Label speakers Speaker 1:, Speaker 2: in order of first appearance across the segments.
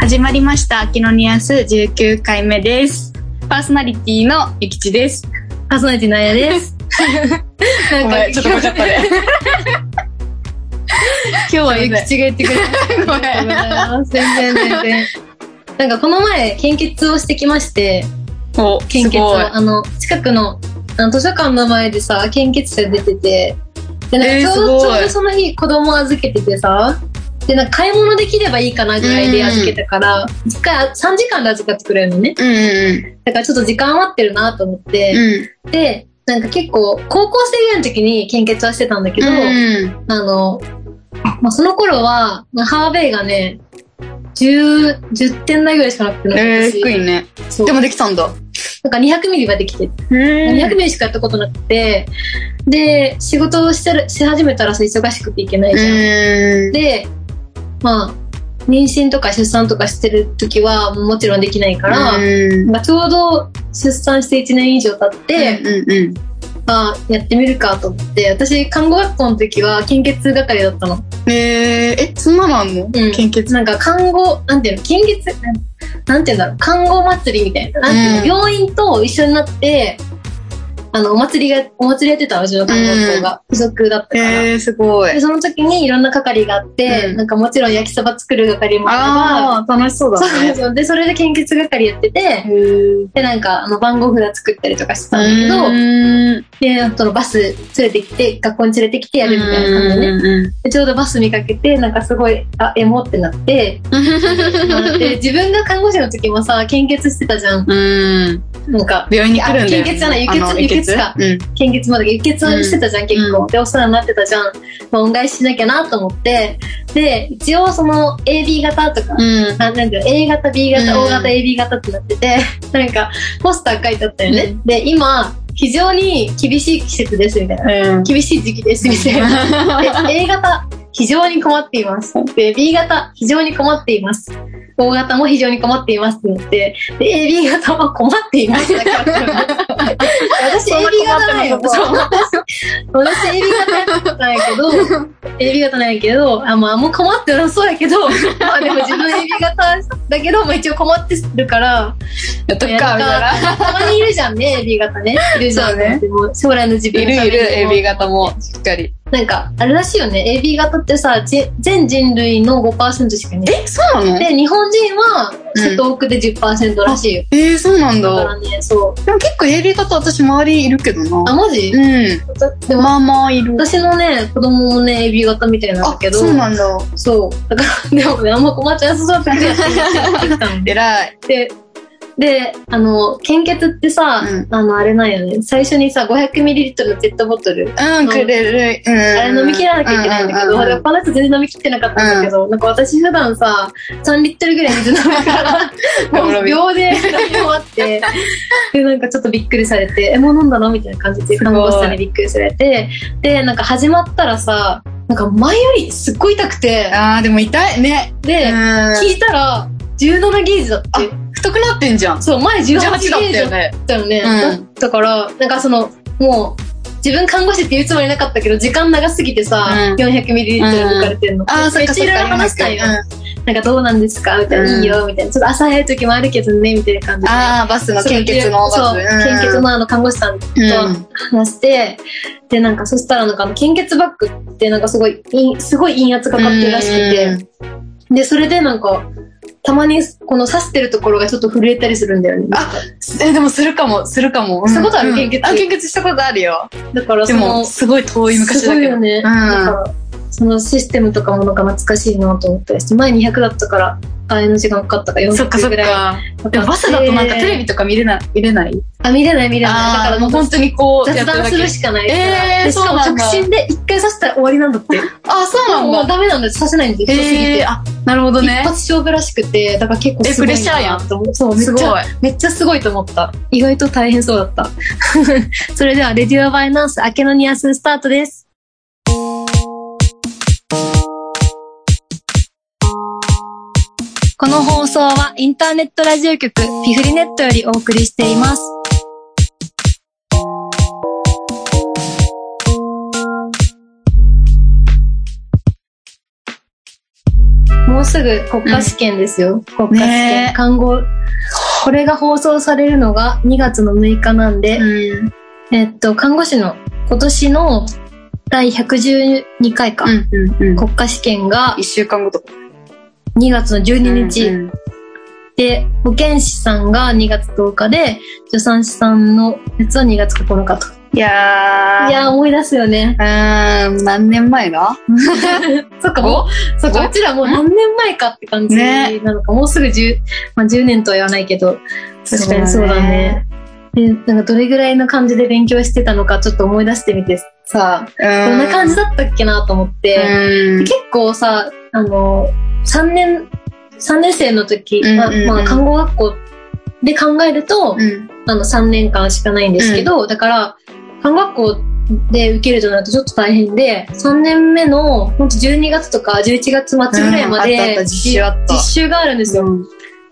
Speaker 1: 始まりました秋のニアス19回目ですパーソナリティのゆきちです
Speaker 2: パーソナリティのあ やです。な
Speaker 1: ごめんちょっとごちゃっ
Speaker 2: 今
Speaker 1: たね
Speaker 2: 日はゆきちが言ってくれて
Speaker 1: ご
Speaker 2: ありがとうご
Speaker 1: め
Speaker 2: ざいます。全然全然。なんかこの前、献血をしてきまして、
Speaker 1: んお
Speaker 2: 献血
Speaker 1: すごい
Speaker 2: を、あの、近くのあの図書館の前でさ、献血者出てて、で、なんかちょう
Speaker 1: えーすごい
Speaker 2: ど、ちょうどその日子供預けててさ、で、なんか買い物できればいいかなぐらいで預けたから、一回3時間で預かってくれるのね。
Speaker 1: うんうん
Speaker 2: だからちょっと時間余ってるなと思って、
Speaker 1: うん
Speaker 2: で、なんか結構、高校生ぐらいの時に献血はしてたんだけど、
Speaker 1: うん
Speaker 2: あの、まあ、その頃は、まあハーベイがね、10、10点台ぐらいしかなくてなんか
Speaker 1: えー、
Speaker 2: 私
Speaker 1: 低いね
Speaker 2: そう
Speaker 1: でもできたんだ
Speaker 2: なんか200ミリはできて、200
Speaker 1: 200
Speaker 2: ミリしかやったことなくて、で、仕事をしてるし始めたらさ、忙しくていけないじゃん。
Speaker 1: うん
Speaker 2: で、まあ、妊娠とか出産とかしてる時は、もちろんできないから、
Speaker 1: うん
Speaker 2: まあ、ちょうど出産して1年以上経って、
Speaker 1: うんうん
Speaker 2: まあ、やってみるかと思って、私、看護学校の時は献血係だったの。
Speaker 1: うんえー、えそんなのあんの、
Speaker 2: うん
Speaker 1: 献血
Speaker 2: なんか看護、なんていうの、献血、なんなんていうんだろう、看護祭りみたいな。なんていうの
Speaker 1: うん
Speaker 2: 病院と一緒になって、あの、お祭りが、お祭りやってたのうちの看護校が、付属だったから。
Speaker 1: えー、すごい
Speaker 2: で、その時にいろんな係があって、
Speaker 1: うん
Speaker 2: なんかもちろん焼きそば作る係もあ
Speaker 1: ああ楽しそう
Speaker 2: れば、
Speaker 1: だ
Speaker 2: そう
Speaker 1: ね
Speaker 2: そう。で、それで献血係やって
Speaker 1: へ
Speaker 2: て、
Speaker 1: ー
Speaker 2: で、なんか、あの、番号札作ったりとかしてたんだけど、
Speaker 1: うん
Speaker 2: で、そのバス連れてきて、学校に連れてきてやるみたいな感じでね。
Speaker 1: うん
Speaker 2: でちょうどバス見かけて、なんかすごい、あ、エモってなって、 で自分が看護師の時もさ献血してたじゃん
Speaker 1: うん。
Speaker 2: なんか
Speaker 1: 病院に来るんだよ、ね。
Speaker 2: あ献血じゃない輸血
Speaker 1: あの
Speaker 2: 輸血か
Speaker 1: うん。
Speaker 2: 献血まで輸血してたじゃん、結構でお世話になってたじゃん、まあ、恩返ししなきゃなと思ってで一応その AB 型とか、
Speaker 1: うん。
Speaker 2: あなんだろう A 型 B 型、
Speaker 1: うん
Speaker 2: O 型 AB 型ってなってて なんかポスター書いてあったよね、
Speaker 1: う
Speaker 2: で今非常に厳しい季節ですみたいな
Speaker 1: うん。
Speaker 2: 厳しい時期ですみたいなで A 型非常に困っていますで B 型非常に困っています O 型も非常に困っていますってなってで AB 型は困って いますだけだったの私
Speaker 1: そん
Speaker 2: AB
Speaker 1: な困
Speaker 2: 型
Speaker 1: って
Speaker 2: な
Speaker 1: ないい
Speaker 2: よ
Speaker 1: の
Speaker 2: そう私 AB 型なんやけど AB 型なんやけどあまあもう困ってなさそうやけどまあでも自分 AB 型だけど、まあ、一応困ってるから
Speaker 1: やっとくか、みたいな。
Speaker 2: たまにいるじゃんね AB 型ねいるじゃん
Speaker 1: そうね
Speaker 2: でも将来の自分
Speaker 1: い
Speaker 2: のた
Speaker 1: るい
Speaker 2: めに
Speaker 1: る
Speaker 2: も、
Speaker 1: AB 型も、しっかり。
Speaker 2: なんか、あれらしいよね。AB 型ってさ、じ全人類の5%しかいない。
Speaker 1: え、そうなの
Speaker 2: で、日本人は、瀬戸奥で10%らしいよ。
Speaker 1: えー、そうなん
Speaker 2: だか
Speaker 1: だ。
Speaker 2: らね、そう。
Speaker 1: でも結構 AB 型私周りいるけど
Speaker 2: あ、
Speaker 1: な。
Speaker 2: マジ
Speaker 1: う
Speaker 2: だで
Speaker 1: ん。
Speaker 2: も、
Speaker 1: まあまあいる。
Speaker 2: 私のね、子供もね、AB 型みたいなんだけど、
Speaker 1: そうなん だ。
Speaker 2: そう。だから、でもね、あんま困っちゃなさそうだった んで。
Speaker 1: 偉い。
Speaker 2: で、で、あの、献血ってさ、
Speaker 1: うん
Speaker 2: あの、あれなんよね。最初にさ、500ml のペットボトル
Speaker 1: うん、くれる。うん。
Speaker 2: あれ飲み切らなきゃいけないんだけど、
Speaker 1: うう
Speaker 2: 俺、この人全然飲み切ってなかったんだけど、なんか私普段さ、3リットルぐらい水飲む から、もう秒で飲み終わって、で、なんかちょっとびっくりされて、え、もう飲んだのみたいな感じで、
Speaker 1: すごい
Speaker 2: 看護師さんにびっくりされて、で、なんか始まったらさ、なんか前よりすっごい痛くて、
Speaker 1: あー、でも痛いね。う
Speaker 2: で、
Speaker 1: ん。
Speaker 2: 聞いたら、17ゲージだって。
Speaker 1: 太くなってんじゃん。
Speaker 2: そう、前
Speaker 1: 18
Speaker 2: 18ゲ
Speaker 1: だっ
Speaker 2: ージだ
Speaker 1: たよ
Speaker 2: った
Speaker 1: ね。
Speaker 2: だよね、
Speaker 1: うん
Speaker 2: だからなんかそのもう自分看護師って言うつもりなかったけど時間長すぎてさ、
Speaker 1: うん
Speaker 2: 400ml 抜かれてるの、
Speaker 1: あー、そっ
Speaker 2: めっ
Speaker 1: か
Speaker 2: ち
Speaker 1: そ
Speaker 2: ゃ
Speaker 1: っ
Speaker 2: いろい
Speaker 1: か。
Speaker 2: ろ話したんよ、
Speaker 1: うん
Speaker 2: なんかどうなんですかみたいな、
Speaker 1: うん
Speaker 2: いいよみたいなちょっと朝早い時もあるけどねみたいな感じで
Speaker 1: ああ、バスの献血のバス。
Speaker 2: そう、献血
Speaker 1: の。
Speaker 2: のあの看護師さんと
Speaker 1: うん
Speaker 2: 話して、でなんかそしたらなんかあの献血バッグってなんかすごい陰すごい陰圧かかってるらしくて、でそれでなんかたまにこの刺してるところがちょっと震えたりするんだよね
Speaker 1: あえ、でもするかも、するかも。
Speaker 2: したことある
Speaker 1: うん
Speaker 2: 献血
Speaker 1: あ、献血したことあるよ。
Speaker 2: だから
Speaker 1: で
Speaker 2: その
Speaker 1: も、すごい遠い昔だけど。
Speaker 2: すごいよね。
Speaker 1: うん
Speaker 2: なんかそのシステムとかもなんか懐かしいなと思ったりして、前200だったから、あれの時間かかったから
Speaker 1: そっか
Speaker 2: 40
Speaker 1: そっ
Speaker 2: ぐらい
Speaker 1: か。
Speaker 2: か
Speaker 1: でもバスだとなんかテレ
Speaker 2: ビ。
Speaker 1: ビとか見れない、見れない
Speaker 2: あ、見れない見れない。だ
Speaker 1: あ
Speaker 2: か
Speaker 1: ー
Speaker 2: ら
Speaker 1: も
Speaker 2: も
Speaker 1: う
Speaker 2: う
Speaker 1: 本当にこう、
Speaker 2: 雑談するしかないから。
Speaker 1: えー
Speaker 2: でしかも
Speaker 1: そうなんだ
Speaker 2: 直進で1回刺したら終わりなんだって。
Speaker 1: あ、 そうな
Speaker 2: もう
Speaker 1: ん
Speaker 2: もう
Speaker 1: だ。
Speaker 2: ダメなんだよ刺せないんで、太すぎ
Speaker 1: え
Speaker 2: て。
Speaker 1: ー、あ、なるほど
Speaker 2: 一
Speaker 1: ね
Speaker 2: 発。勝負らしくて、だから結構すご
Speaker 1: えプ
Speaker 2: いな
Speaker 1: レッシャーやん
Speaker 2: と思うそう、めっ
Speaker 1: すご
Speaker 2: ち
Speaker 1: い。
Speaker 2: ゃ、めっちゃすごいと思った。意外と大変そうだった。 それでは、レディオバイナンス、明けのニアススタートです。この放送はインターネットラジオ局ピフリネットよりお送りしています。もうすぐ国家試験ですよ。国家試験、
Speaker 1: ねえ
Speaker 2: 看護。これが放送されるのが2月の6日なんで、
Speaker 1: うん。
Speaker 2: えっと、看護師の今年の第112回か、
Speaker 1: うんうんうん。
Speaker 2: 国家試験が
Speaker 1: 一週間後とか。
Speaker 2: 2月の12日、
Speaker 1: うんうん
Speaker 2: で、保健師さんが2月10日で、助産師さんのやつは2月9日と。
Speaker 1: いやー。
Speaker 2: いやー、思い出すよね。
Speaker 1: うーん、何年前だ
Speaker 2: そっか、もう、そっか、
Speaker 1: お
Speaker 2: うちらもう何年前かって感じ
Speaker 1: ね
Speaker 2: なのか、もうすぐ10、まあ10年とは言わないけど、確かにそうだね。で、なんかどれぐらいの感じで勉強してたのか、ちょっと思い出してみてさ、
Speaker 1: そうだね。
Speaker 2: どんな感じ
Speaker 1: だっ
Speaker 2: だったっけなと思って、で結構さ、あの、3年、三年生の時、
Speaker 1: うん
Speaker 2: まあ
Speaker 1: うんうん
Speaker 2: まあ、看護学校で考えると、
Speaker 1: うん。
Speaker 2: あの3年間しかないんですけど、だから、看護学校で受けるとなるとちょっと大変で、3年目の、ほんと12月とか11月末ぐらいま
Speaker 1: うんあったあっ
Speaker 2: で
Speaker 1: た、実習あった
Speaker 2: 実習があるんですよ。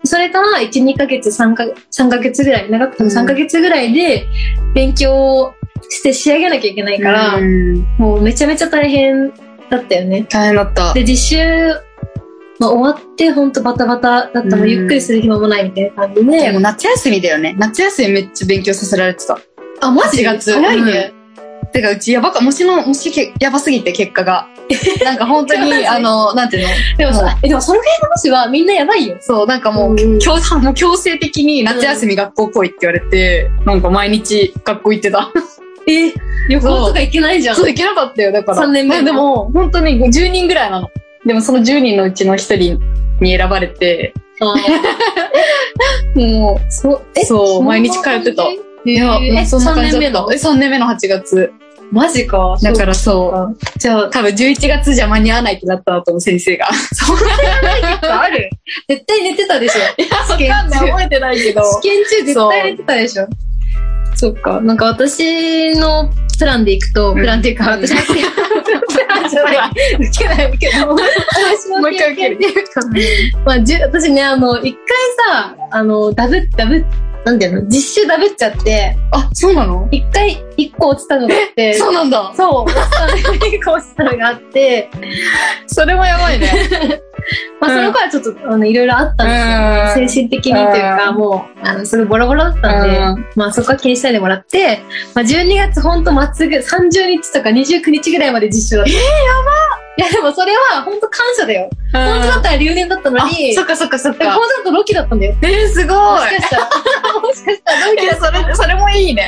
Speaker 2: それから1、2ヶ月、3ヶ3ヶ月ぐらい、長くても3ヶ月ぐらいで勉強をして仕上げなきゃいけないから、
Speaker 1: うん
Speaker 2: もうめちゃめちゃ大変だったよね。
Speaker 1: 大変だった。
Speaker 2: で、実習、まあ、終わってほんとバタバタだった、もうゆっくりする暇もないみたいな感じ
Speaker 1: で
Speaker 2: で、
Speaker 1: も夏休みだよね。夏休みめっちゃ勉強させられてた。
Speaker 2: あ、マ
Speaker 1: 8月。
Speaker 2: 早いね。。
Speaker 1: てか、うちやばか、もしの、もしけ、やばすぎて結果 が。なんか本当
Speaker 2: やばすぎ
Speaker 1: に、
Speaker 2: て
Speaker 1: あの、なんていうの
Speaker 2: でも
Speaker 1: は
Speaker 2: さ、えでもその辺の話はみんなやばいよ。
Speaker 1: そう、なんかもう、
Speaker 2: うん
Speaker 1: 強もう強制的に夏休み学校来いって言われて、なんか毎日学校行ってた。
Speaker 2: え、旅行とか行けないじゃん。
Speaker 1: そう、行けなかったよ、だから。
Speaker 2: 三年目
Speaker 1: ででも、本当に10人ぐらいなの。でもその10人のうちの1人に選ばれて、
Speaker 2: あ
Speaker 1: もう、そ
Speaker 2: え
Speaker 1: そう、
Speaker 2: ー
Speaker 1: 毎日通ってた。
Speaker 2: え
Speaker 1: いや、もうそんな
Speaker 2: 3
Speaker 1: 感じ
Speaker 2: 年目
Speaker 1: だっ
Speaker 2: の
Speaker 1: た。え、3年目の8月。
Speaker 2: マジか。
Speaker 1: だからそう。
Speaker 2: ら、じゃあ、
Speaker 1: 多分11月じゃ間に合わないってなったなと思う、先生 が。そんなある
Speaker 2: 絶対寝てたでしょ。
Speaker 1: いや、わかん
Speaker 2: 験中
Speaker 1: ない。覚えてないけど。
Speaker 2: 試験中絶対寝てたでしょ。そっか。なんか私のプランで行くと、
Speaker 1: ん
Speaker 2: プランっていうか、
Speaker 1: うん
Speaker 2: 私のプランじゃない。受けない、受けない。私の
Speaker 1: もう一回
Speaker 2: 経験っていうか、まあ、じゅ私ね、あの、一回さ、あの、ダブ、ダブ、なんていうの実習ダブっちゃって、
Speaker 1: あ、そうなの
Speaker 2: 一回、一個落ちたのがあって、
Speaker 1: そうなんだ。
Speaker 2: そう、落ちたのが一個落ちたのがあって、
Speaker 1: それもやばいね。
Speaker 2: まあ、
Speaker 1: うん
Speaker 2: その頃はちょっと、あの、いろいろあったんですよ。精神的にというか、
Speaker 1: うん
Speaker 2: もう、あの、すごいボロボロだったんで、まあ、そこは気にしないでもらって、まあ、12月ほんと末ぐ、30日とか29日ぐらいまで実習だった。ええやばいや、でもそれは本当感謝だよ。本当だったら留年だったの
Speaker 1: あ
Speaker 2: に、
Speaker 1: そっかそっかそっ
Speaker 2: でも
Speaker 1: か
Speaker 2: 本。当だとロキだったんだよ。
Speaker 1: えー、す
Speaker 2: も
Speaker 1: ご
Speaker 2: し
Speaker 1: い。
Speaker 2: かしたら、 もしかしたらロキ
Speaker 1: い
Speaker 2: だ
Speaker 1: や、それ、それもいいね。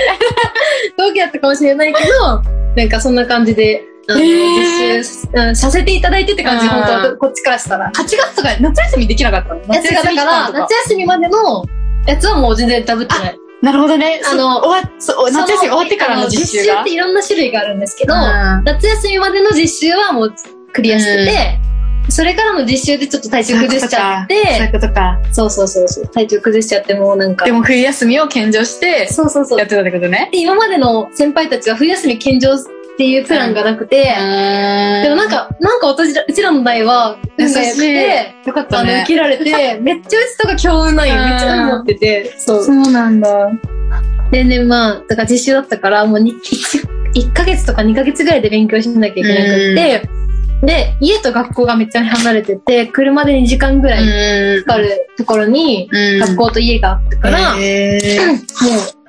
Speaker 2: 同期だったかもしれないけど、なんかそんな感じで、あの
Speaker 1: へー
Speaker 2: 実習、うんさせていただいてって感じ、
Speaker 1: うん
Speaker 2: 本当はこっちからしたら。
Speaker 1: 8月とか夏休みできなかったの
Speaker 2: やつ
Speaker 1: 夏
Speaker 2: が
Speaker 1: 休
Speaker 2: だ
Speaker 1: み期
Speaker 2: から、
Speaker 1: 間とか
Speaker 2: 夏。休みまでのやつはもう全然ダブってない。
Speaker 1: なるほどね。
Speaker 2: あ
Speaker 1: あ
Speaker 2: の
Speaker 1: の、終わそう、夏休み終わってから
Speaker 2: あ
Speaker 1: の実習
Speaker 2: 実習
Speaker 1: が
Speaker 2: っ。ていろんな種類があるんですけど、
Speaker 1: うん
Speaker 2: 夏休みまでの実習はもうクリアしてて、それからの実習でちょっと体調崩しちゃっ
Speaker 1: そうい
Speaker 2: て
Speaker 1: う、ことか。
Speaker 2: そうそうそうそう、体調崩しちゃってもうなんか
Speaker 1: で、も冬休みを献上して、
Speaker 2: そうそうそう
Speaker 1: やっ。てたってことね。
Speaker 2: で、今までの先輩たちは冬休み献上っていうプランがなくて、
Speaker 1: で
Speaker 2: でもなん、か、なんか私ら、うちらの代は、
Speaker 1: 優
Speaker 2: 運
Speaker 1: し
Speaker 2: が良くて、
Speaker 1: い。よかっ
Speaker 2: あ
Speaker 1: た
Speaker 2: の、受
Speaker 1: ね。
Speaker 2: けられ て、めっちゃうちとか強運なんよ。
Speaker 1: うん
Speaker 2: めっちゃ運持ってて。そう。
Speaker 1: うなんだ。
Speaker 2: でね、まあ、だから実習だったから、もうに1、1ヶ月とか2ヶ月ぐらいで勉強しなきゃいけなくって、で、家と学校がめっちゃ離れてて、車で2時間ぐらい
Speaker 1: うん
Speaker 2: か。かるところに、
Speaker 1: うん
Speaker 2: 学校と家があったから、もう、
Speaker 1: へー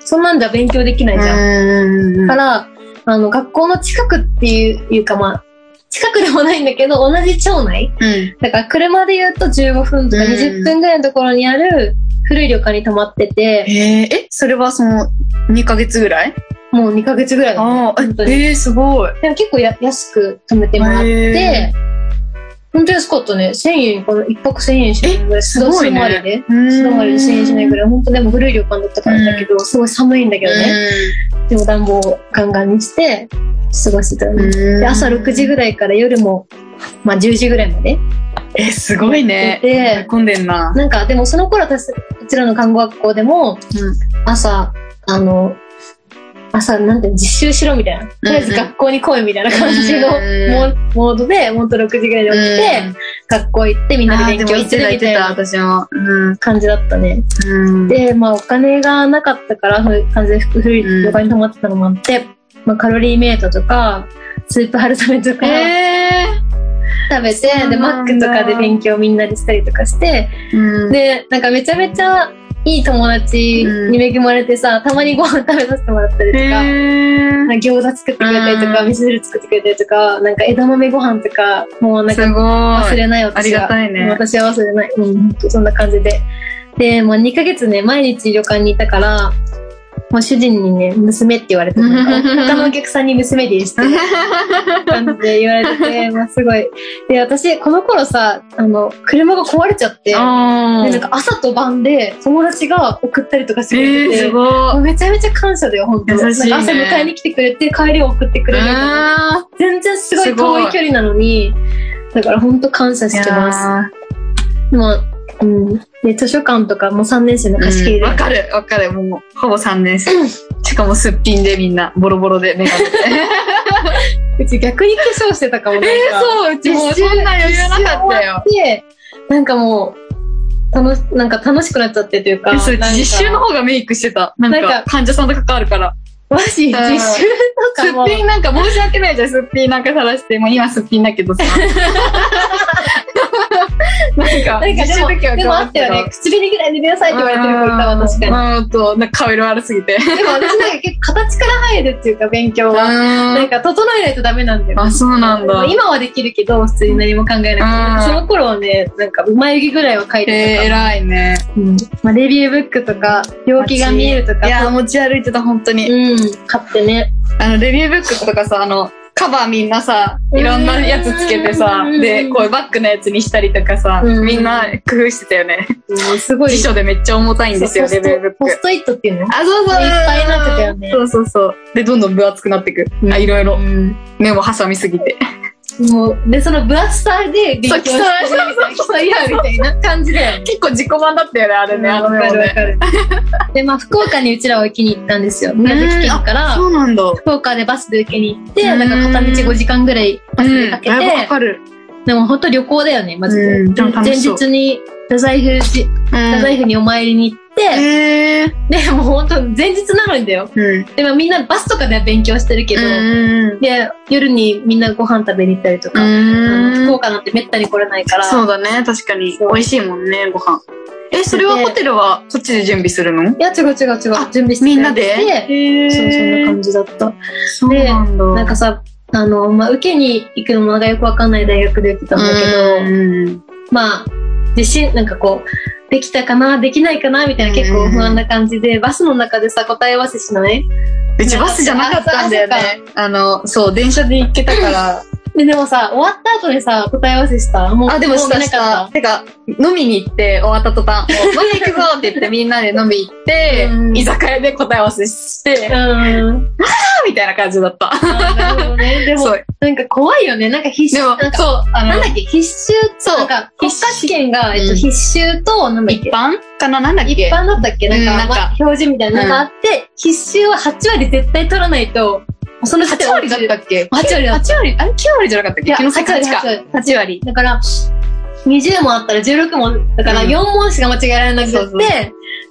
Speaker 2: そんなんじゃ勉強できないじゃん。
Speaker 1: うん
Speaker 2: だから、あの、学校の近くっていう、いうかまあ、近くでもないんだけど、同じ町内
Speaker 1: うん。
Speaker 2: だから車で言うと15分とか
Speaker 1: うん
Speaker 2: 20分ぐらいのところにある古い旅館に泊まってて、
Speaker 1: へーえ、それはその、2ヶ月ぐらい
Speaker 2: もう2ヶ月ぐらいだね
Speaker 1: ああ、
Speaker 2: 本当に
Speaker 1: ええ、すごい。
Speaker 2: でも結構や安く泊めてもら
Speaker 1: へ
Speaker 2: って、本当安かったね。1000円、この1泊1000円しないぐらい。
Speaker 1: すごいね
Speaker 2: 素泊まりで。
Speaker 1: うん
Speaker 2: 素泊まりで1000円しないぐらい。本当でも古い旅館だったからだけど、すごい寒いんだけどね。でも暖房をガンガンにして過ごしてたよね。で朝6時ぐらいから夜も、まあ10時ぐらいまで。
Speaker 1: え、すごいね。
Speaker 2: で
Speaker 1: 追い込んでんな。
Speaker 2: なんかでもその頃私、うちらの看護学校でも、朝、あの、朝、なんて、実習しろみたいな。とりあえず学校に来いみたいな感じの
Speaker 1: うん
Speaker 2: モモードで、ほんと6時ぐらいに起きて、学校行ってみんなで勉強してるみたいな
Speaker 1: 私も。うん。
Speaker 2: 感じだったね。
Speaker 1: うん
Speaker 2: で、まあお金がなかったから、そういう感じで古い旅館に泊まってたのもあって、まあカロリーメイトとか、スープ春雨とか、
Speaker 1: え
Speaker 2: 食べ
Speaker 1: そうな
Speaker 2: て、
Speaker 1: んだ
Speaker 2: で、マックとかで勉強みんなでしたりとかして、
Speaker 1: うん。
Speaker 2: で、なんかめちゃめちゃいい友達に恵まれてさ、たまにご飯食べさせてもらったりとか、
Speaker 1: へ
Speaker 2: なんか餃子作ってくれたりとか、
Speaker 1: うん
Speaker 2: 味噌汁作ってくれたりとか、なんか枝豆ご飯とか、もう
Speaker 1: ー
Speaker 2: なん
Speaker 1: す
Speaker 2: か
Speaker 1: ごい。
Speaker 2: 忘れない私は。
Speaker 1: ありがたいね
Speaker 2: 私は忘れない。うん、ほんとそんな感じで。で、もう2ヶ月ね、毎日旅館にいたから、もう主人にね、娘って言われて、なん か他のお客さんに娘でして、感じで言われて て、まあすごい。で、私、この頃さ、あの、車が壊れちゃって、で
Speaker 1: あ
Speaker 2: なんか朝と晩で友達が送ったりとかしてくれ
Speaker 1: え
Speaker 2: て
Speaker 1: ー、
Speaker 2: て、
Speaker 1: すごい。
Speaker 2: もうめちゃめちゃ感謝だよ、本当
Speaker 1: 優しいね
Speaker 2: なんか朝迎えに来てくれて、帰りを送ってくれる。
Speaker 1: あ
Speaker 2: 全然すご
Speaker 1: す
Speaker 2: い
Speaker 1: ご
Speaker 2: 遠
Speaker 1: い
Speaker 2: い距離なのに、だから本当感謝
Speaker 1: ー
Speaker 2: してます。
Speaker 1: いや
Speaker 2: まあ、うん。で、図書館とかも3年生の貸し切り
Speaker 1: ー
Speaker 2: で。
Speaker 1: うんわかる、わかる。もう、ほぼ3年 生。しかもすっぴんでみんな、ボロボロで目が出て。
Speaker 2: うち逆に化粧してたかもね。
Speaker 1: えーそう、うちもうそんな余裕なかったよ。
Speaker 2: で、なんかもう、楽し、なんか楽しくなっちゃってというか。
Speaker 1: えそう
Speaker 2: なんか
Speaker 1: 実習の方がメイクしてた。なん
Speaker 2: なん
Speaker 1: か
Speaker 2: か、
Speaker 1: 患者さんと関わるから。
Speaker 2: マジ
Speaker 1: ん
Speaker 2: 実習
Speaker 1: すっ
Speaker 2: とかも。
Speaker 1: ぴんなんか申し訳ないじゃん、すっぴんなんかさらして。もう今すっぴんだけ どさ。なんか、
Speaker 2: なんか
Speaker 1: 実習の時
Speaker 2: で
Speaker 1: は
Speaker 2: も、でもあったよね。唇ぐらい塗りなさいって言われてる子いたわ、確かに。
Speaker 1: に。うんと、なんか顔色悪すぎて。
Speaker 2: でも私なんか結構形から入るっていうか、勉強は。なんか整えないとダメなんだよ。
Speaker 1: あ、そうなんだ。
Speaker 2: 今はできるけど、普通に何も考えなくて。
Speaker 1: あー
Speaker 2: その頃はね、なんか眉毛ぐらいは描い
Speaker 1: え
Speaker 2: て
Speaker 1: ー、
Speaker 2: たか
Speaker 1: 偉いね。
Speaker 2: ら、うんまあ、レビューブックとか、病気が見えると
Speaker 1: い
Speaker 2: か、
Speaker 1: や、持ち歩いてた、本当に。
Speaker 2: うん、買ってね。
Speaker 1: あの、レビューブックとかさ、あの、カバーみんなさ、いろんなやつつけてさ
Speaker 2: う、ん
Speaker 1: で、こういうバッグのやつにしたりとかさ、
Speaker 2: うん
Speaker 1: みんな工夫してたよね。
Speaker 2: もうすごい。
Speaker 1: 辞書でめっちゃ重たいんですよ、
Speaker 2: そ
Speaker 1: レ
Speaker 2: うポ
Speaker 1: ビューブッ
Speaker 2: ストポ
Speaker 1: ク
Speaker 2: ス。トイットっていうの
Speaker 1: あ、そうそう。
Speaker 2: いっぱいになってたよね
Speaker 1: そうそうそう。で、どんどん分厚くなってく。あ、いろいろ。目も挟みすぎて。
Speaker 2: もう、で、その分厚さで勉強して
Speaker 1: そ
Speaker 2: る
Speaker 1: うそうそうそう
Speaker 2: 競い合うみたいな感じだよね。
Speaker 1: 結構自己満だったよね、あれね、あ
Speaker 2: わ
Speaker 1: の
Speaker 2: か
Speaker 1: ね
Speaker 2: るわかる。 で、まあ、福岡にうちらを行きに行ったんですよ。宮崎県から。
Speaker 1: うなんだ。
Speaker 2: 福岡でバスで受けに行って、
Speaker 1: うん
Speaker 2: なんか片道5時間ぐらいバスでかけ
Speaker 1: うん、だいぶ
Speaker 2: て
Speaker 1: か、かる。
Speaker 2: でも本当旅行だよね、マジで。
Speaker 1: うんでも楽
Speaker 2: 前
Speaker 1: しそう
Speaker 2: 日に、太宰府じ、
Speaker 1: う
Speaker 2: 太宰府にお参りに行って、
Speaker 1: へー
Speaker 2: で、もう本当前日なのにだよ。
Speaker 1: うん。
Speaker 2: でもみんなバスとかでは勉強してるけど、
Speaker 1: うん。
Speaker 2: で、夜にみんなご飯食べに行ったりとか、あの福岡なんてめったに来れないから、
Speaker 1: そうだね、確かに。美
Speaker 2: そう
Speaker 1: 味しいもんね、ご飯。え、それは
Speaker 2: で
Speaker 1: ホテルはそっちで準備するの
Speaker 2: いや、違う違う違う、準
Speaker 1: あ
Speaker 2: 備してくれて
Speaker 1: みんなで
Speaker 2: そう、そんな
Speaker 1: へー
Speaker 2: 感じだった。
Speaker 1: そうなんだ。
Speaker 2: なんかさ、あの、まあ、受けに行くのもなんかよくわかんない大学で受けたんだけど、
Speaker 1: うん、
Speaker 2: まあ、自信、なんかこう、できたかな、できないかな、みたいな結構不安な感じで、バスの中でさ、答え合わせしないう
Speaker 1: ちバスじゃなかったんだよ
Speaker 2: あ
Speaker 1: ね。あの、そう、電車で行ってたから。
Speaker 2: で、でもさ、終わった後でさ、答え合わせしたもう、
Speaker 1: あ、でもしたし
Speaker 2: も
Speaker 1: た。てか、飲みに行って終わった途端、もうまだ行くぞって言ってみんなで飲み行って
Speaker 2: う、ん
Speaker 1: 居酒屋で答え合わせして、
Speaker 2: うなんか
Speaker 1: あみたいな感じだった。
Speaker 2: った。うん。なるほどね。で
Speaker 1: そ
Speaker 2: も、
Speaker 1: う。
Speaker 2: なんか怖いよね。なんか必
Speaker 1: で
Speaker 2: 修、
Speaker 1: も
Speaker 2: なん、か、
Speaker 1: そう、あ
Speaker 2: なん
Speaker 1: の
Speaker 2: だ、っけ、必修、
Speaker 1: そう
Speaker 2: なんか、国家試験が、えっ
Speaker 1: う
Speaker 2: と、
Speaker 1: ん
Speaker 2: 必修と、なんだっ
Speaker 1: 一
Speaker 2: け、
Speaker 1: 般かななんだっけ
Speaker 2: 一般だったっけなん
Speaker 1: うんな
Speaker 2: か、
Speaker 1: ん
Speaker 2: ま
Speaker 1: か
Speaker 2: 表示みたいなのがあって、必修は8割絶対取らないと、その時
Speaker 1: 8
Speaker 2: 点で
Speaker 1: 割だったっけ
Speaker 2: 8割だった
Speaker 1: 8割あれ ?9 割じゃなかったっ
Speaker 2: い
Speaker 1: け
Speaker 2: や、
Speaker 1: 昨日
Speaker 2: 8割、
Speaker 1: 世界一か。
Speaker 2: 8
Speaker 1: 8割。
Speaker 2: だから、20問あったら16問、だから
Speaker 1: うん
Speaker 2: 4問しか間違えられなくて、
Speaker 1: そうそう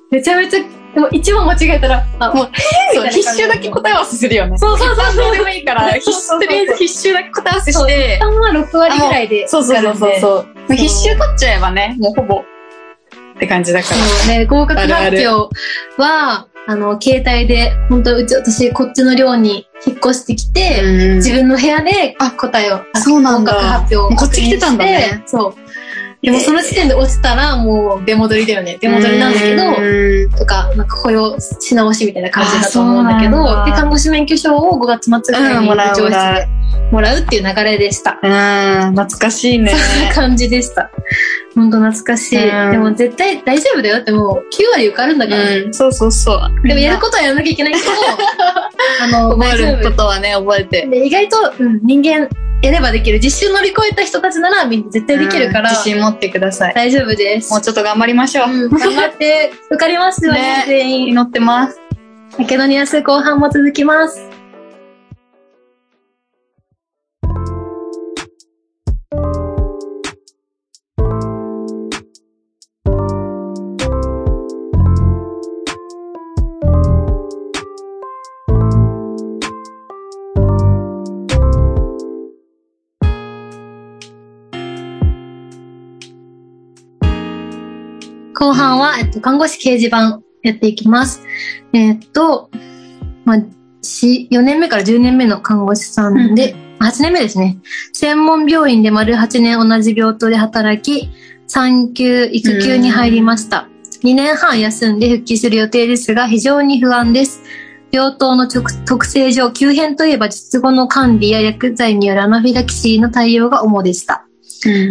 Speaker 2: めちゃめちゃ、でも1問間違えたら、あ、もう、
Speaker 1: そう、
Speaker 2: えーみたいな感じ
Speaker 1: 必修だけ答え合わせするよね。
Speaker 2: そうそうそう
Speaker 1: 何でもいいから、必
Speaker 2: そうそうそう
Speaker 1: とりあえず必修だけ答え合わせして、
Speaker 2: 3は6割ぐらいで。
Speaker 1: そうそうそうそう
Speaker 2: そう。
Speaker 1: そう。必修取っちゃえばね、もうほぼ、って感じだから。
Speaker 2: で、合格発
Speaker 1: ある
Speaker 2: 表は、あの、携帯で、本当うち、私、こっちの寮に引っ越してきて、自
Speaker 1: 自
Speaker 2: 分の部屋で答えを、
Speaker 1: 分そうなん
Speaker 2: 合格
Speaker 1: だ。
Speaker 2: 発表を
Speaker 1: もうこっ
Speaker 2: 確
Speaker 1: ち
Speaker 2: 認
Speaker 1: 来てたんだ
Speaker 2: し
Speaker 1: ね
Speaker 2: て。そう。でもその時点で落ちたら、もう出戻りだよね。出戻りなんだけど、
Speaker 1: うん
Speaker 2: とか、なんか雇用し直しみたいな感じだと思うんだけ
Speaker 1: あそうな
Speaker 2: ど、
Speaker 1: んだ
Speaker 2: で、看護師免許証を5月末ぐらいに
Speaker 1: も
Speaker 2: 部
Speaker 1: らう
Speaker 2: 長
Speaker 1: も
Speaker 2: 室
Speaker 1: ら
Speaker 2: で
Speaker 1: う。
Speaker 2: もらうっていう流れでした。
Speaker 1: うん、懐かしいね。
Speaker 2: 感じでした。ほんと懐かしい。
Speaker 1: うん
Speaker 2: でも絶対大丈夫だよだってもう9割受かるんだから。
Speaker 1: うん、そうそうそう。
Speaker 2: でもやることはやらなきゃいけない けど、あの、
Speaker 1: 覚える
Speaker 2: 大丈
Speaker 1: ことはね、覚えて
Speaker 2: 夫。。で意外と、うん、人間やればできる。実習乗り越えた人たちならみんな絶対できるから、
Speaker 1: うん自信持ってください。
Speaker 2: 大丈夫です
Speaker 1: も。うちょっと頑張りましょう。
Speaker 2: うん頑張って受かりますよ
Speaker 1: ね
Speaker 2: ね、全員。
Speaker 1: 祈ってます。
Speaker 2: マケドニアス後半も続きます。後半は、えっと、看護師掲示板やっていきます。えっと、まあ、し4年目から10年目の看護師さんで、8年目ですね。専門病院で丸8年同じ病棟で働き、産休、育休に入りました。2年半休んで復帰する予定ですが、非常に不安です。病棟の直特性上、急変といえば術後の管理や薬剤によるアナフィラキシーの対応が主でした。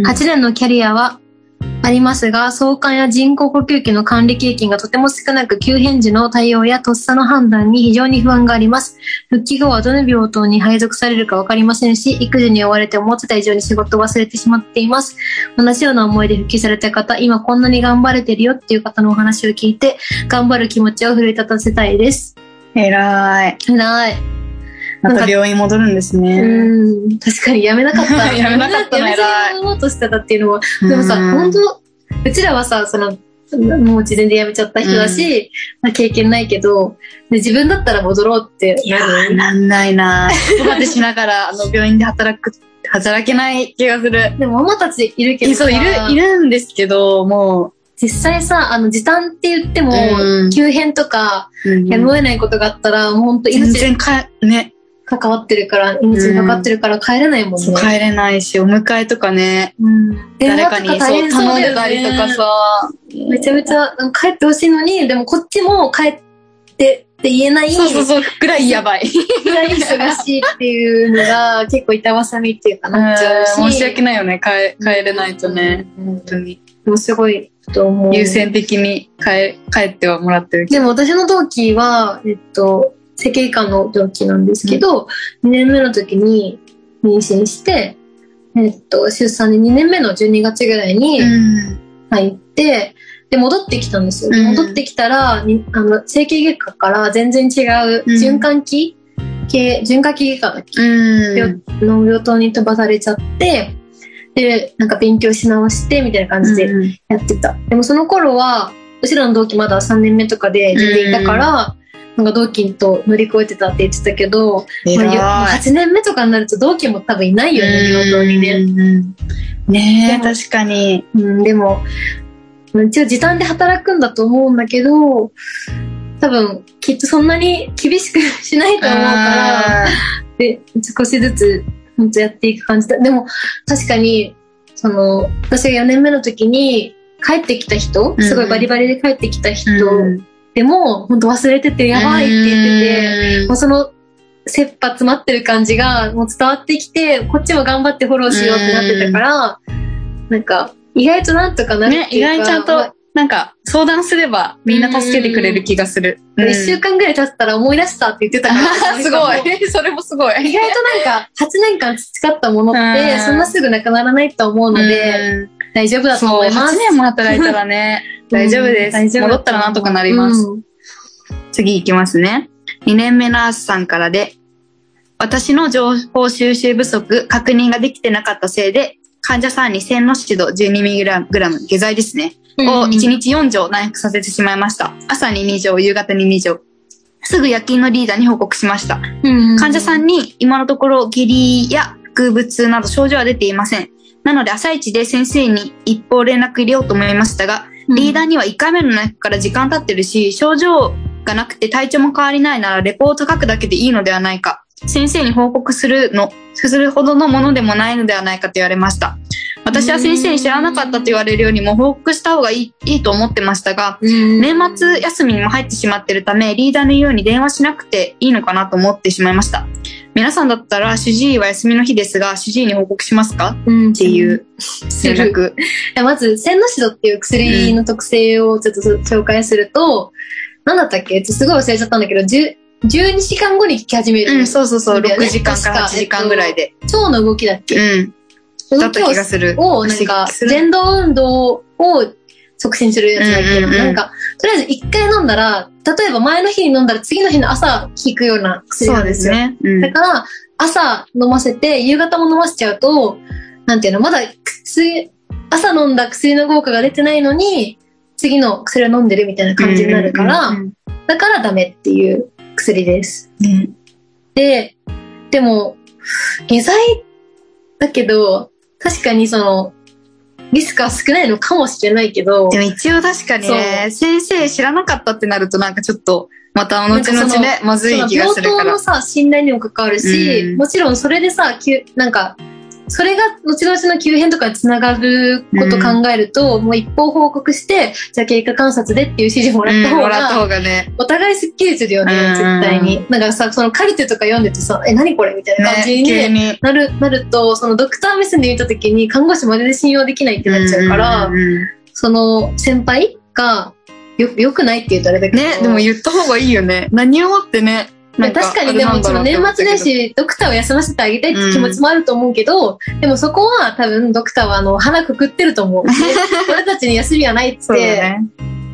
Speaker 1: は
Speaker 2: 8年のキャリアはありますが、相関や人工呼吸器の管理経験がとても少なく、急変時の対応やとっさの判断に非常に不安があります。復帰後はどの病棟に配属されるかわかりませんし、育児に追われて思ってた以上に仕事を忘れてしまっています。同じような思いで復帰された方、今こんなに頑張れてるよっていう方のお話を聞いて、頑張る気持ちを奮い立たせたいです。
Speaker 1: えらい。
Speaker 2: ない。
Speaker 1: また病院戻るんですね。
Speaker 2: うん、確かにやめなかった。
Speaker 1: やめなかった
Speaker 2: や
Speaker 1: の偉
Speaker 2: め
Speaker 1: い
Speaker 2: ずにやろうとしてたっていうのも、でもさ、
Speaker 1: うん
Speaker 2: 本当うちらはさ、その、もう自然で辞めちゃった人だし、まあ経験ないけど、で自分だったら戻ろうって
Speaker 1: い
Speaker 2: な
Speaker 1: やー、
Speaker 2: る。
Speaker 1: なんないなー。子育てしながら、あ の、病院で働く、働けない気がする。
Speaker 2: でもママたちいるけどさ
Speaker 1: そう、いる、いるんですけど、も
Speaker 2: 実際さ、あの、時短って言っても、
Speaker 1: うん
Speaker 2: 急変とか、
Speaker 1: う、うん
Speaker 2: やむを得ないことがあったら、もう本当
Speaker 1: 全
Speaker 2: 命に
Speaker 1: 然かえ、ね、
Speaker 2: 関わってるから、命に関わってるから帰れないもん
Speaker 1: そう
Speaker 2: ね。
Speaker 1: 帰れないし、お迎えとかね、
Speaker 2: うん。電
Speaker 1: 誰か
Speaker 2: 話と
Speaker 1: にそう
Speaker 2: か大変そう
Speaker 1: 頼ん
Speaker 2: だよね
Speaker 1: でたりとかさ、
Speaker 2: めちゃめちゃうん帰ってほしいのに、でもこっちも帰ってって言えない
Speaker 1: そうそうそう、ぐらいやばい。
Speaker 2: ぐらい忙しいっていうのが結構板挟みっていうかなっちゃうし。
Speaker 1: 申し訳ないよね、帰帰れないとね。
Speaker 2: うん。
Speaker 1: 本当に。
Speaker 2: でもすごいと思う。
Speaker 1: 優先的に帰帰ってはもらってるけ
Speaker 2: でも私の同期は、えっと、整形科の同期なんですけど、2年目の時に妊娠して、えっと、出産で2年目の12月ぐらいに
Speaker 1: ど。ん。
Speaker 2: 入って、で、戻ってきたんですよ。
Speaker 1: うん
Speaker 2: 戻ってきたら、にあの、整形外科から全然違う
Speaker 1: うん
Speaker 2: 循環器系、循環器外科だっけ
Speaker 1: うん。
Speaker 2: の病棟に飛ばされちゃって、で、なんか勉強し直して、みたいな感じで
Speaker 1: うん
Speaker 2: やってた。でもその頃は、うちらの同期まだ3年目とかで出ていたから、なんか同期と乗り越えてたって言ってたけど、まあよ
Speaker 1: 偉い。
Speaker 2: 8年目とかになると同期も多分いないよね、病棟にね。
Speaker 1: ね。ねえ、
Speaker 2: でも
Speaker 1: 確かに。
Speaker 2: うん、でも、一応時短で働くんだと思うんだけど、多分、きっとそんなに厳しく しないと思うから、で、少しずつ、本当やっていく感じだ。でも、確かに、その、私が4年目の時に、帰ってきた人、
Speaker 1: ん
Speaker 2: すごいバリバリで帰ってきた人
Speaker 1: うん
Speaker 2: でも、本当忘れててやばいって言ってて、もうその、切羽詰まってる感じがもう伝わってきて、こっちも頑張ってフォローしようってなってたから、なんか、意外となんとかなる
Speaker 1: ね、
Speaker 2: って
Speaker 1: 意
Speaker 2: いうか。
Speaker 1: 外にちゃん
Speaker 2: まあ
Speaker 1: と、なんか、相談すれば、みんな助けてくれる気がする。
Speaker 2: 一週間ぐらい経ったら思い出したって言ってたから
Speaker 1: あ ーすご。い。それもすご
Speaker 2: 意
Speaker 1: い。
Speaker 2: 外となんか、8年間培ったものって、
Speaker 1: うん
Speaker 2: そんなすぐなくならないと思うので、
Speaker 1: うん
Speaker 2: 大丈夫だと
Speaker 1: そ
Speaker 2: 思
Speaker 1: う、
Speaker 2: いま
Speaker 1: 8
Speaker 2: す。
Speaker 1: 年も働いたらね、大丈夫で
Speaker 2: うん大
Speaker 1: す。
Speaker 2: 丈夫
Speaker 1: 戻ったらなんとかなります。
Speaker 2: うん
Speaker 1: 次行きますね。2年目ナースさんからで、私の情報収集不足、確認ができてなかったせいで、患者さんに線の指導 12mg、下剤ですね、を1日4錠内服させてしまいました。朝に2錠、夕方に2錠。すぐ夜勤のリーダーに報告しました。
Speaker 2: うん
Speaker 1: 患者さんに今のところ下痢や腹部痛など症状は出ていません。なので朝一で先生に一方連絡入れようと思いましたが、リーダーには1回目の内服から時間経ってるし、症状がなくて体調も変わりないならレポート書くだけでいいのではないか。先生に報告するの、するほどのものでもないのではないかと言われました。私は先生に知らなかったと言われるよりも報告した方がいいいいと思ってましたが、
Speaker 2: うん
Speaker 1: 年末休みにも入ってしまっているため、リーダーの言うように電話しなくていいのかなと思ってしまいました。皆さんだったら、主治医は休みの日ですが、主治医に報告しますか
Speaker 2: うん
Speaker 1: ってい
Speaker 2: いう
Speaker 1: 連絡。
Speaker 2: やまず、線の指導っていう薬の特性をちょっと紹介すると、何だったっけちょっとすごい忘れちゃったんだけど、10 12時間後に効き始める。
Speaker 1: うん、そうそうそう、
Speaker 2: そうだよね
Speaker 1: 6時間から8時間ぐらいで。
Speaker 2: 腸の動きだっけ、
Speaker 1: うん。だ
Speaker 2: 動
Speaker 1: っ
Speaker 2: き
Speaker 1: た
Speaker 2: を
Speaker 1: 気がする。
Speaker 2: を、なんか、
Speaker 1: する
Speaker 2: 電動運動を促進するやつだけど、
Speaker 1: うんうんうん
Speaker 2: なんか、とりあえず一回飲んだら、例えば前の日に飲んだら次の日の朝効くような薬
Speaker 1: そ
Speaker 2: な
Speaker 1: うん
Speaker 2: で
Speaker 1: ですす
Speaker 2: よ。
Speaker 1: ね。うん
Speaker 2: だから、朝飲ませて、夕方も飲ませちゃうと、なんていうの、まだ薬、朝飲んだ薬の効果が出てないのに、次の薬を飲んでるみたいな感じになるから、
Speaker 1: うんうん
Speaker 2: だからダメっていう薬です。
Speaker 1: うんうん
Speaker 2: で、でも、下剤だけど、確かにその、リスクは少ないのかもしれないけど、
Speaker 1: でも一応確かにね、先生知らなかったってなるとなんかちょっと、また後
Speaker 2: なんか
Speaker 1: 々
Speaker 2: その
Speaker 1: ね、まずい気がするか
Speaker 2: 病棟
Speaker 1: ら
Speaker 2: の。さ、信頼にも関わるし、
Speaker 1: うん
Speaker 2: もちろんそれでさ、急なんか、それが後々の急変とかにつながることを考えると、もう一方報告して、じゃあ経過観察でっていう指示もらった
Speaker 1: うん
Speaker 2: 方
Speaker 1: もらった
Speaker 2: が、
Speaker 1: 方がね。
Speaker 2: お互いスッキリするよね、
Speaker 1: うん
Speaker 2: 絶対に。なんかさ、そのカルテとか読んでてさ、え、何これみたいな
Speaker 1: ね
Speaker 2: 感じに、
Speaker 1: 急に。
Speaker 2: なる、なると、そのドクター目線で見た時に看護師までで信用できないってなっちゃうから、
Speaker 1: うんうんうん
Speaker 2: その先輩がよ、よくないって言うとあれだけど。
Speaker 1: ね、でも言った方がいいよね。何をもってね。なん
Speaker 2: 確かにで
Speaker 1: あれ
Speaker 2: もそ
Speaker 1: な
Speaker 2: の
Speaker 1: んだ
Speaker 2: 年
Speaker 1: ろうって
Speaker 2: 末
Speaker 1: 思っ
Speaker 2: 年
Speaker 1: たけど
Speaker 2: 始ドクターを休ませてあげたいって気持ちもあると思うけど、でもそこは多分ドクターはあの腹くくってると 思う。で俺たちに休みはないっつ
Speaker 1: そ
Speaker 2: っ
Speaker 1: うだ
Speaker 2: て、
Speaker 1: ね。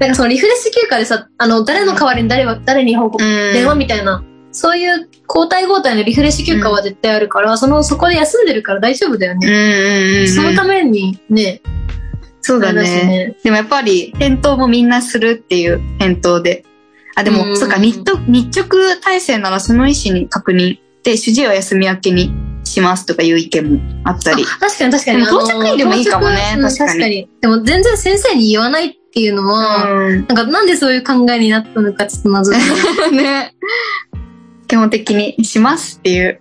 Speaker 2: なんかそのリフレッシュ休暇でさ、あの誰の代わりに誰は誰に報告、
Speaker 1: うん
Speaker 2: 電話みたいな、そういう交代交代のリフレッシュ休暇は絶対あるから、そのそこで休んでるから大丈夫だよ
Speaker 1: うん
Speaker 2: ね。
Speaker 1: うんうん。
Speaker 2: そのためにね、
Speaker 1: そうだ
Speaker 2: あれし
Speaker 1: ね。でもやっぱり、返答もみんなするっていう返答で。あ、で
Speaker 2: う
Speaker 1: も、
Speaker 2: ん
Speaker 1: そっか、密と密着体制ならその医師に確認。で、主治医は休み明けにしますとかいう意見もあったり。
Speaker 2: あ確かに確かに。
Speaker 1: でも到着
Speaker 2: あの
Speaker 1: 医でもいいかもね
Speaker 2: 到
Speaker 1: 確
Speaker 2: 着
Speaker 1: かに
Speaker 2: うん確かに。でも全然先生に言わないっていうのは、
Speaker 1: う
Speaker 2: なんかなんでそういう考えになったのかちょっと謎だ ね
Speaker 1: ん。 ね。基本的にしますっていう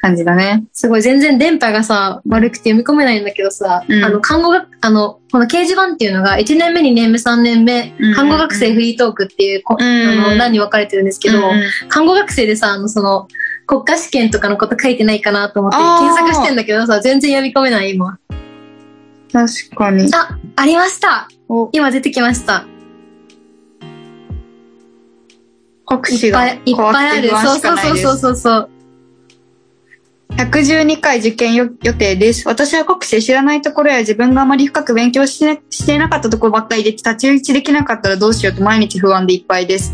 Speaker 1: 感じだね。
Speaker 2: すごい全然電波がさ、悪くて読み込めないんだけどさ、
Speaker 1: うん
Speaker 2: あの、看護学、あの、この掲示板っていうのが、1年目、2年目、3年目、
Speaker 1: うん
Speaker 2: 看護学生フリートークっていう、こ
Speaker 1: うん
Speaker 2: あの、欄に分かれてるんですけど、
Speaker 1: うん
Speaker 2: 看護学生でさ、あの、その、国家試験とかのこと書いてないかなと思って
Speaker 1: あー
Speaker 2: 検索してんだけどさ、全然読み込めない今。
Speaker 1: 確かに。
Speaker 2: あ、ありました
Speaker 1: お
Speaker 2: 今出てきました。
Speaker 1: 国
Speaker 2: い
Speaker 1: 試
Speaker 2: っぱ
Speaker 1: が
Speaker 2: いいっぱいある。そうそうそうそうそうそう。
Speaker 1: 112回受験よ予定です。私は国試知らないところや自分があまり深く勉強し,、していなかったところばっかりで立ち打ちできなかったらどうしようと毎日不安でいっぱいです。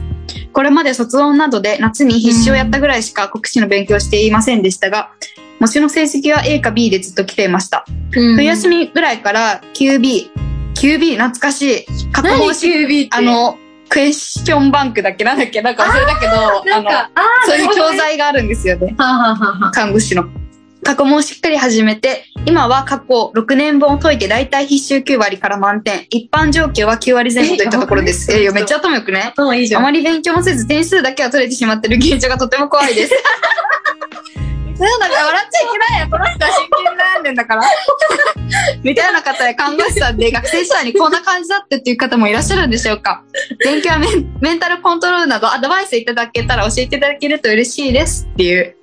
Speaker 1: これまで卒論などで夏に必死をやったぐらいしか国試の勉強していませんでしたが、模試の成績は A か B でずっと来ていました。
Speaker 2: 冬
Speaker 1: 冬休みぐらいから QB、QB 懐かしい。過去
Speaker 2: 何
Speaker 1: 問集
Speaker 2: QB って
Speaker 1: あ、の、クエスチョンバンクだっけなんだっけなんか忘れたけど、
Speaker 2: なんか、あ
Speaker 1: あの、そういう教
Speaker 2: は
Speaker 1: 材があるんですよね。
Speaker 2: あはあはあはあ
Speaker 1: 看護師の。過去問をしっかり始めて、今は過去6年分を解いて大体必修9割から満点。一般状況は9割前後といったところです。
Speaker 2: え
Speaker 1: え
Speaker 2: え
Speaker 1: えめっちゃ頭よくね。
Speaker 2: 頭いいじ
Speaker 1: あ
Speaker 2: ゃん。
Speaker 1: まり勉強もせず点数だけは取れてしまってる現状がとても怖い です。そうなんだ、笑っちゃいけないよ。この人は真剣に悩んでんだから。 みたいな方や看護師さんで学生時代にこんな感じだってっていう方もいらっしゃるんでしょうか。勉強やメンメンタルコントロールなどアドバイスいただけたら教えていただけると嬉しいですっていう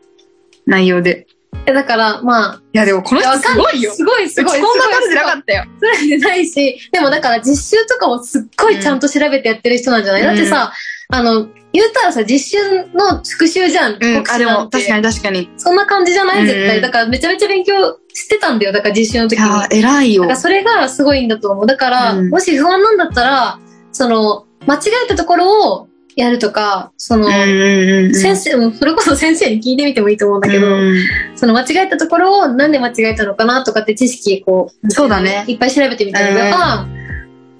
Speaker 1: 内容で。
Speaker 2: えだから、まあ、
Speaker 1: いやでもこの
Speaker 2: いや
Speaker 1: 人
Speaker 2: わか
Speaker 1: す
Speaker 2: んな
Speaker 1: ごいよ。
Speaker 2: すごい、すごい。
Speaker 1: うちこんな数じゃなか
Speaker 2: っ
Speaker 1: ったよ。
Speaker 2: た。それでないし、でもだから実習とかもすっごいちゃんと調べてやってる人なんじゃない、
Speaker 1: うん
Speaker 2: だってさ、あの、言うたらさ、実習の復習じゃん。
Speaker 1: うん、あ、でも確か
Speaker 2: に。
Speaker 1: に確かに。い
Speaker 2: そんな感じじゃな
Speaker 1: う
Speaker 2: い
Speaker 1: ん
Speaker 2: 絶対。だからめちゃめちゃ勉強してたんだよ。だから実習の時に。
Speaker 1: やー、偉いよ
Speaker 2: だか。らそれがすごいんだと思う。だから、
Speaker 1: うん
Speaker 2: もし不安なんだったら、その、間違えたところをやるとか、その、
Speaker 1: うんうんうん。
Speaker 2: 先生、もそれこそ先生に聞いてみてもいいと思うんだけど、
Speaker 1: うん
Speaker 2: その間違えたところをなんで間違えたのかなとかって知識、こう、
Speaker 1: そうだね
Speaker 2: いっぱい調べてみたりとか、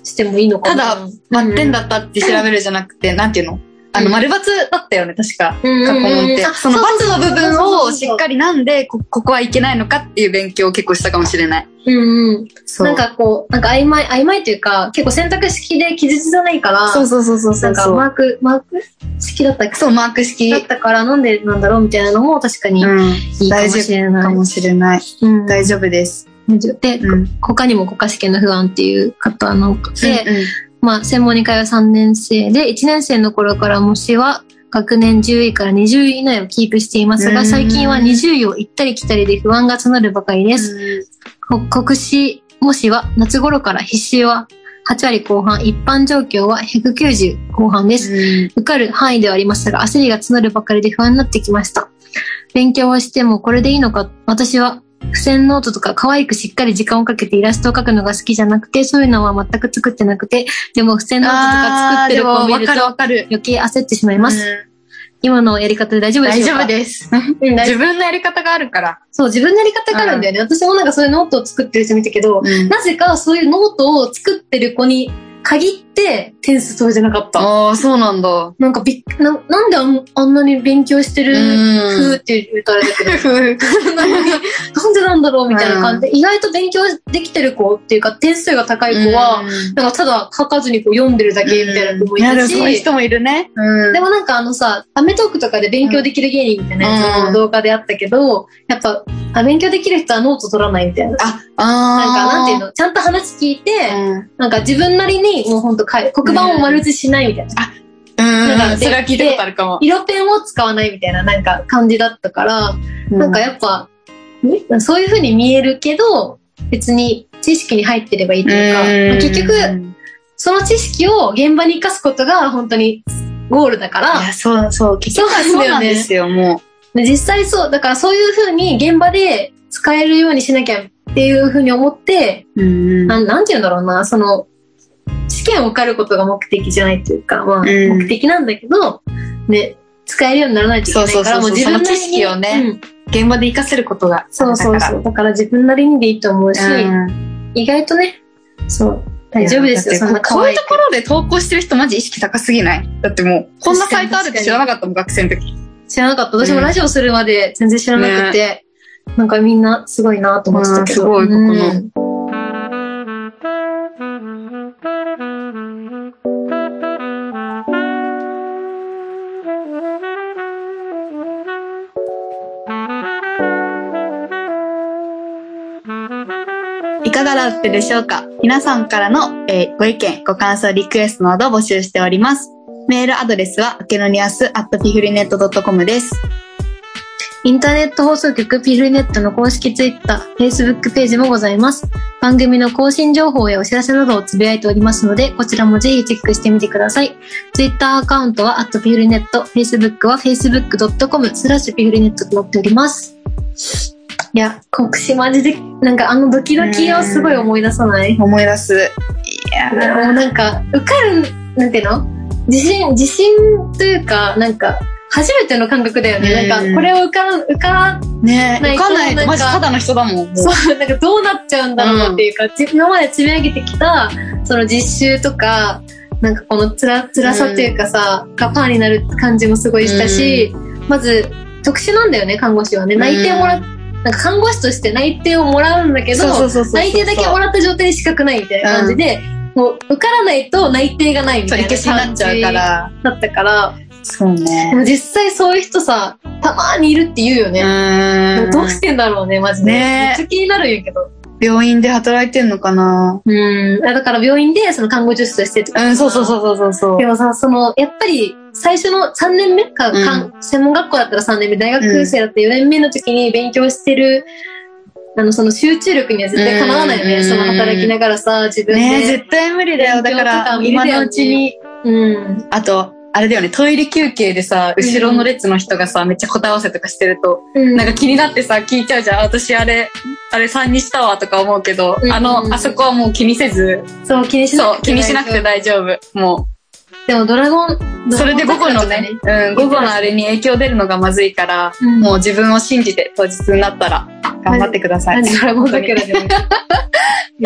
Speaker 2: してもいいのかな。
Speaker 1: ただ、満点だったって調べるじゃなくて、なんていうのあ
Speaker 2: う
Speaker 1: の、
Speaker 2: ん
Speaker 1: 丸×だったよね、確か。
Speaker 2: うん、
Speaker 1: 過去問って
Speaker 2: うんあ。
Speaker 1: その
Speaker 2: う
Speaker 1: ×
Speaker 2: そう
Speaker 1: の部分をしっ
Speaker 2: り。
Speaker 1: かりなんで、こここはいけないのかっていう勉強を結構したかもしれない。
Speaker 2: うんうん。
Speaker 1: そう。
Speaker 2: なん、かこう、なんか曖昧、曖昧というか、結構選択式で記述じゃないから、
Speaker 1: そうそうそうそうそ
Speaker 2: なん
Speaker 1: う
Speaker 2: か
Speaker 1: そ
Speaker 2: マ
Speaker 1: う。
Speaker 2: ーク、マーク式だったっけ
Speaker 1: そう、マーク式。
Speaker 2: だったからなんでなんだろうみたいなのも確かに
Speaker 1: うん。
Speaker 2: いいかもしれない。
Speaker 1: かもしれない。
Speaker 2: うん
Speaker 1: 大丈夫です。
Speaker 2: で、
Speaker 1: うん。
Speaker 2: 他にも国家試験の不安っていう方ので、
Speaker 1: うん
Speaker 2: まあ、専門2回は3年生で、1年生の頃から模試は学年10位から20位以内をキープしています
Speaker 1: う
Speaker 2: が、
Speaker 1: ん
Speaker 2: 最近は20位を行ったり来たりで不安が募るばかりです。こ国試模試は夏頃から必修は8割後半、一般状況は190後半です。
Speaker 1: うん
Speaker 2: 受かる範囲ではありましたが、焦りが募るばかりで不安になってきました。勉強をしてもこれでいいのか、私は付箋ノートとか可愛くしっかり時間をかけてイラストを描くのが好きじゃなくて、そういうのは全く作ってなくて、でも付箋ノートとか作
Speaker 1: あ
Speaker 2: っ
Speaker 1: ー
Speaker 2: て
Speaker 1: で
Speaker 2: る
Speaker 1: も
Speaker 2: 子を見
Speaker 1: わ
Speaker 2: る
Speaker 1: かる
Speaker 2: と
Speaker 1: わかる。
Speaker 2: 余計焦ってしまいます。
Speaker 1: うん
Speaker 2: 今のやり方で大丈夫で
Speaker 1: 大
Speaker 2: しょ
Speaker 1: 丈
Speaker 2: うか
Speaker 1: 夫です。
Speaker 2: うん大
Speaker 1: 自
Speaker 2: 丈
Speaker 1: 分のやり方があるから。
Speaker 2: 夫そう、自分のやり方があるんだよね。私もなんかそういうノートを作ってる人見たけど、
Speaker 1: うん
Speaker 2: なぜかそういうノートを作ってる子に限って点数それじゃなかった。
Speaker 1: ああ、そうなんだ。
Speaker 2: なんかびっな、なんであんあんなに勉強してるふ
Speaker 1: う
Speaker 2: うって言うとあれだけど、
Speaker 1: ん。
Speaker 2: なんでなんだろうみたいな感じで、意外と勉強できてる子っていうか点数が高い子は、
Speaker 1: うん、
Speaker 2: なんかただ書かずにこう読んでるだけみたいな子もい
Speaker 1: な
Speaker 2: た
Speaker 1: る
Speaker 2: し、
Speaker 1: そういう人もいるね。
Speaker 2: でもなんかあのさ、アメトークとかで勉強できる芸人みたいなやつ
Speaker 1: うん
Speaker 2: の動画であったけど、やっぱあ、勉強できる人はノート取らないみたいな。
Speaker 1: あ、
Speaker 2: なんか、なん
Speaker 1: あ
Speaker 2: て
Speaker 1: ー
Speaker 2: いうのちゃんと話聞いて、
Speaker 1: うん
Speaker 2: なんか自分なりにもうほんと書い黒板を丸写ししないみたいな。
Speaker 1: うん
Speaker 2: なんか
Speaker 1: それは聞いたことあるかも。
Speaker 2: 色ペンを使わないみたいななんか感じだったから、なんかやっぱ、んそういう風に見えるけど、別に知識に入ってればいいというか、まあ結局、その知識を現場に活かすことが本当にゴールだか
Speaker 1: い
Speaker 2: ら、
Speaker 1: や、そうそう、結
Speaker 2: そう
Speaker 1: 局は
Speaker 2: なん
Speaker 1: そ
Speaker 2: だよね
Speaker 1: うなんですよ、も
Speaker 2: で実際そう、だからそういう風に現場で使えるようにしなきゃっていう風に思って、
Speaker 1: う。うん
Speaker 2: なんなんて言うんだろうな、その、試験を受かることが目的じゃないというか、まあ、
Speaker 1: ん
Speaker 2: 目的なんだけど、ね、使えるようにならないといけないから、
Speaker 1: そうそうそうそう
Speaker 2: もう自分なりに
Speaker 1: その知識をね
Speaker 2: うん
Speaker 1: 現場で活かせることが。
Speaker 2: そうそうそう。だから自分なりにでいいと思うし、
Speaker 1: うん
Speaker 2: 意外とね、そう、大丈夫ですよ、
Speaker 1: いや
Speaker 2: そん
Speaker 1: だ
Speaker 2: な
Speaker 1: ってこ
Speaker 2: 可
Speaker 1: こう
Speaker 2: 愛
Speaker 1: いう
Speaker 2: い
Speaker 1: と。ころで投稿してる人マジ意識高すぎないだってもう、こんなサイトあるって知らなかったもん、学生の時。
Speaker 2: 知らなかった。私もラジオするまで全然知らなくて、なんかみんなすごいなと思ってたけど。
Speaker 1: うんすごいここの
Speaker 2: うん
Speaker 1: いかがだったでしょうか皆さんからの、えーご意見、ご感想、リクエストなど募集しております。メールアドレスは、あけのにあす、アットピフリネット .com です。
Speaker 2: インターネット放送局ピルネットの公式ツイッター、Facebook ページもございます。番組の更新情報やお知らせなどをつぶやいておりますので、こちらもぜひチェックしてみてください。ツイッターアカウントは、アットピルネット、Facebook は facebook.com スラッシュピルネットとなっております。いや、国士マジで、なんかあのドキドキをすごい思い出さない
Speaker 1: 思い出す。いや
Speaker 2: もうなんか、受かる、なんていうの自信、自信というか、なんか、初めての感覚だよね。なん
Speaker 1: うん
Speaker 2: か、これを受から、受から
Speaker 1: ねえ、
Speaker 2: な
Speaker 1: わ
Speaker 2: い
Speaker 1: かんない
Speaker 2: な
Speaker 1: とマ
Speaker 2: んか
Speaker 1: ジただの人だもん。もう
Speaker 2: そう、なんかどうなっちゃうんだろうなっていうか、じ今まで積み上げてきた、その実習とか、なんかこのつら、辛さっていうかさ、がパーになる感じもすごいしたし、まず、特殊なんだよね、看護師はね。
Speaker 1: ん
Speaker 2: 内定もら、なんか看護師として内定をもらうんだけど、
Speaker 1: そうそうそうそうそう
Speaker 2: 内定だけもらった状態で資格ないみたいな感じで、もう受からないと内定がないみた
Speaker 1: 取
Speaker 2: い
Speaker 1: り消
Speaker 2: な
Speaker 1: しにな
Speaker 2: 感
Speaker 1: っち
Speaker 2: じ
Speaker 1: ゃうから。
Speaker 2: だったから、
Speaker 1: そう
Speaker 2: で
Speaker 1: ね。
Speaker 2: も実際そういう人さ、たまーにいるって言うよ
Speaker 1: う
Speaker 2: ね。
Speaker 1: ーん。
Speaker 2: どうしてんだろうね、マジで。
Speaker 1: ね
Speaker 2: めっちゃ気になるんやけど。
Speaker 1: 病院で働いてんのかな
Speaker 2: うん。あだから病院でその看護助手としてとか。
Speaker 1: うん、そうそうそうそうそう。
Speaker 2: でもさ、その、やっぱり、最初の3年目か、
Speaker 1: うん
Speaker 2: かん専門学校だったら3年目、大学生だったら4年目の時に勉強してる、あの、その集中力には絶対かなわないよね。
Speaker 1: うん
Speaker 2: その働きながらさ、自分で。
Speaker 1: ねえ、絶対無理だよ。
Speaker 2: 勉強
Speaker 1: だか、
Speaker 2: とから無理
Speaker 1: 今
Speaker 2: だよね
Speaker 1: のうちに。
Speaker 2: うん。
Speaker 1: あと、あれだよね、トイレ休憩でさ、後ろの列の人がさ、めっちゃ答え合わせとかしてると、
Speaker 2: うん
Speaker 1: なんか気になってさ、聞いちゃうじゃん。あ私あれ、あれ3にしたわとか思うけど、
Speaker 2: うん
Speaker 1: あの、あそこはもう気にせず、
Speaker 2: そう、気にしな
Speaker 1: そ
Speaker 2: く
Speaker 1: う、
Speaker 2: て
Speaker 1: 気にしなくて
Speaker 2: 大丈
Speaker 1: 大丈夫。も
Speaker 2: 夫。でもドラゴン、
Speaker 1: う、それで午後のね、うん、午後のあれに影響出るのがまずいから、
Speaker 2: うん
Speaker 1: もう自分を信じて当日になったら頑張ってください。
Speaker 2: 何ドラゴン桜でも。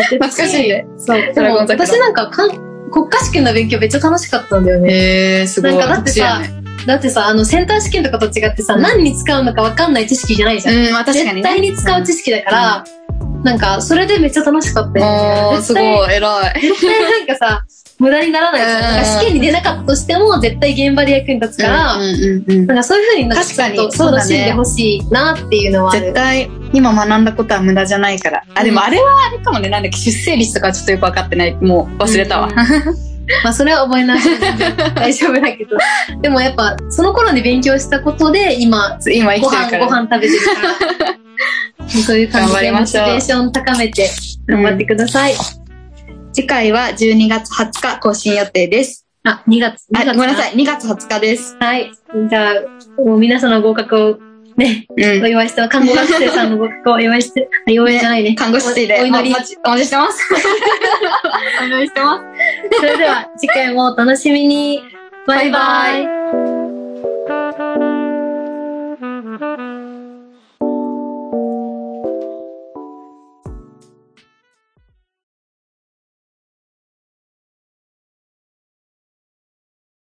Speaker 1: 懐かしいね。
Speaker 2: そう。
Speaker 1: ド
Speaker 2: で
Speaker 1: ラ
Speaker 2: も
Speaker 1: ゴン桜
Speaker 2: 私なんかかん、国家試験の勉強めっちゃ楽しかったんだよね。
Speaker 1: へえー、すごい。
Speaker 2: なんかだってさ
Speaker 1: 特殊やね
Speaker 2: だってさ、あの、センター試験とかと違ってさ、
Speaker 1: うん
Speaker 2: 何に使うのか分かんない知識じゃないじゃん。
Speaker 1: うん、まあ確かに
Speaker 2: 絶対
Speaker 1: ね。
Speaker 2: に使う知識だから、なんか、それでめっちゃ楽しかったよ。
Speaker 1: おー、す
Speaker 2: 絶
Speaker 1: ご
Speaker 2: 対
Speaker 1: い、偉い。
Speaker 2: 絶対なんかさ、無駄にならないじゃ
Speaker 1: う
Speaker 2: ん。
Speaker 1: ん
Speaker 2: なんか試験に出なかったとしても、絶対現場で役に立つから、
Speaker 1: うんうんうん
Speaker 2: なんかそういうふうになん
Speaker 1: 確かに
Speaker 2: ちょっと
Speaker 1: そうだね
Speaker 2: 楽しんでほしいなっていうのはあ
Speaker 1: 絶
Speaker 2: る。
Speaker 1: 対、今学んだことは無駄じゃないから。あ、でもあれはあれかもね。なんだっけ、出生率とかちょっとよくわかってない。もう忘れたわ
Speaker 2: うん。まあそれは覚えなさい。大丈夫だけど。 でもやっぱ、その頃に勉強したことで、今、
Speaker 1: 今生
Speaker 2: ご
Speaker 1: きてるか
Speaker 2: 飯、ご
Speaker 1: ら。
Speaker 2: 飯食べてるから。そういう感 じ
Speaker 1: 頑張
Speaker 2: で
Speaker 1: り
Speaker 2: モ
Speaker 1: ま
Speaker 2: チ
Speaker 1: し
Speaker 2: ベ
Speaker 1: ょう
Speaker 2: ーション高めて頑張ってください。
Speaker 1: 次回は12月20日更新予定です。
Speaker 2: あ、2月。
Speaker 1: あ、
Speaker 2: 2月
Speaker 1: ごめんなさい。2月20日です。
Speaker 2: はい。じゃあ、もう皆さんの合格をね、
Speaker 1: う
Speaker 2: お祝いして、看護学生さんの合格をお祝 いして、あ、祝いじゃないね。
Speaker 1: ん。看護師で
Speaker 2: おお祈り
Speaker 1: お。待ちお待ちしてます。お祈りしてます。
Speaker 2: それでは、次回もお楽しみに。バイバイ。
Speaker 1: バイバ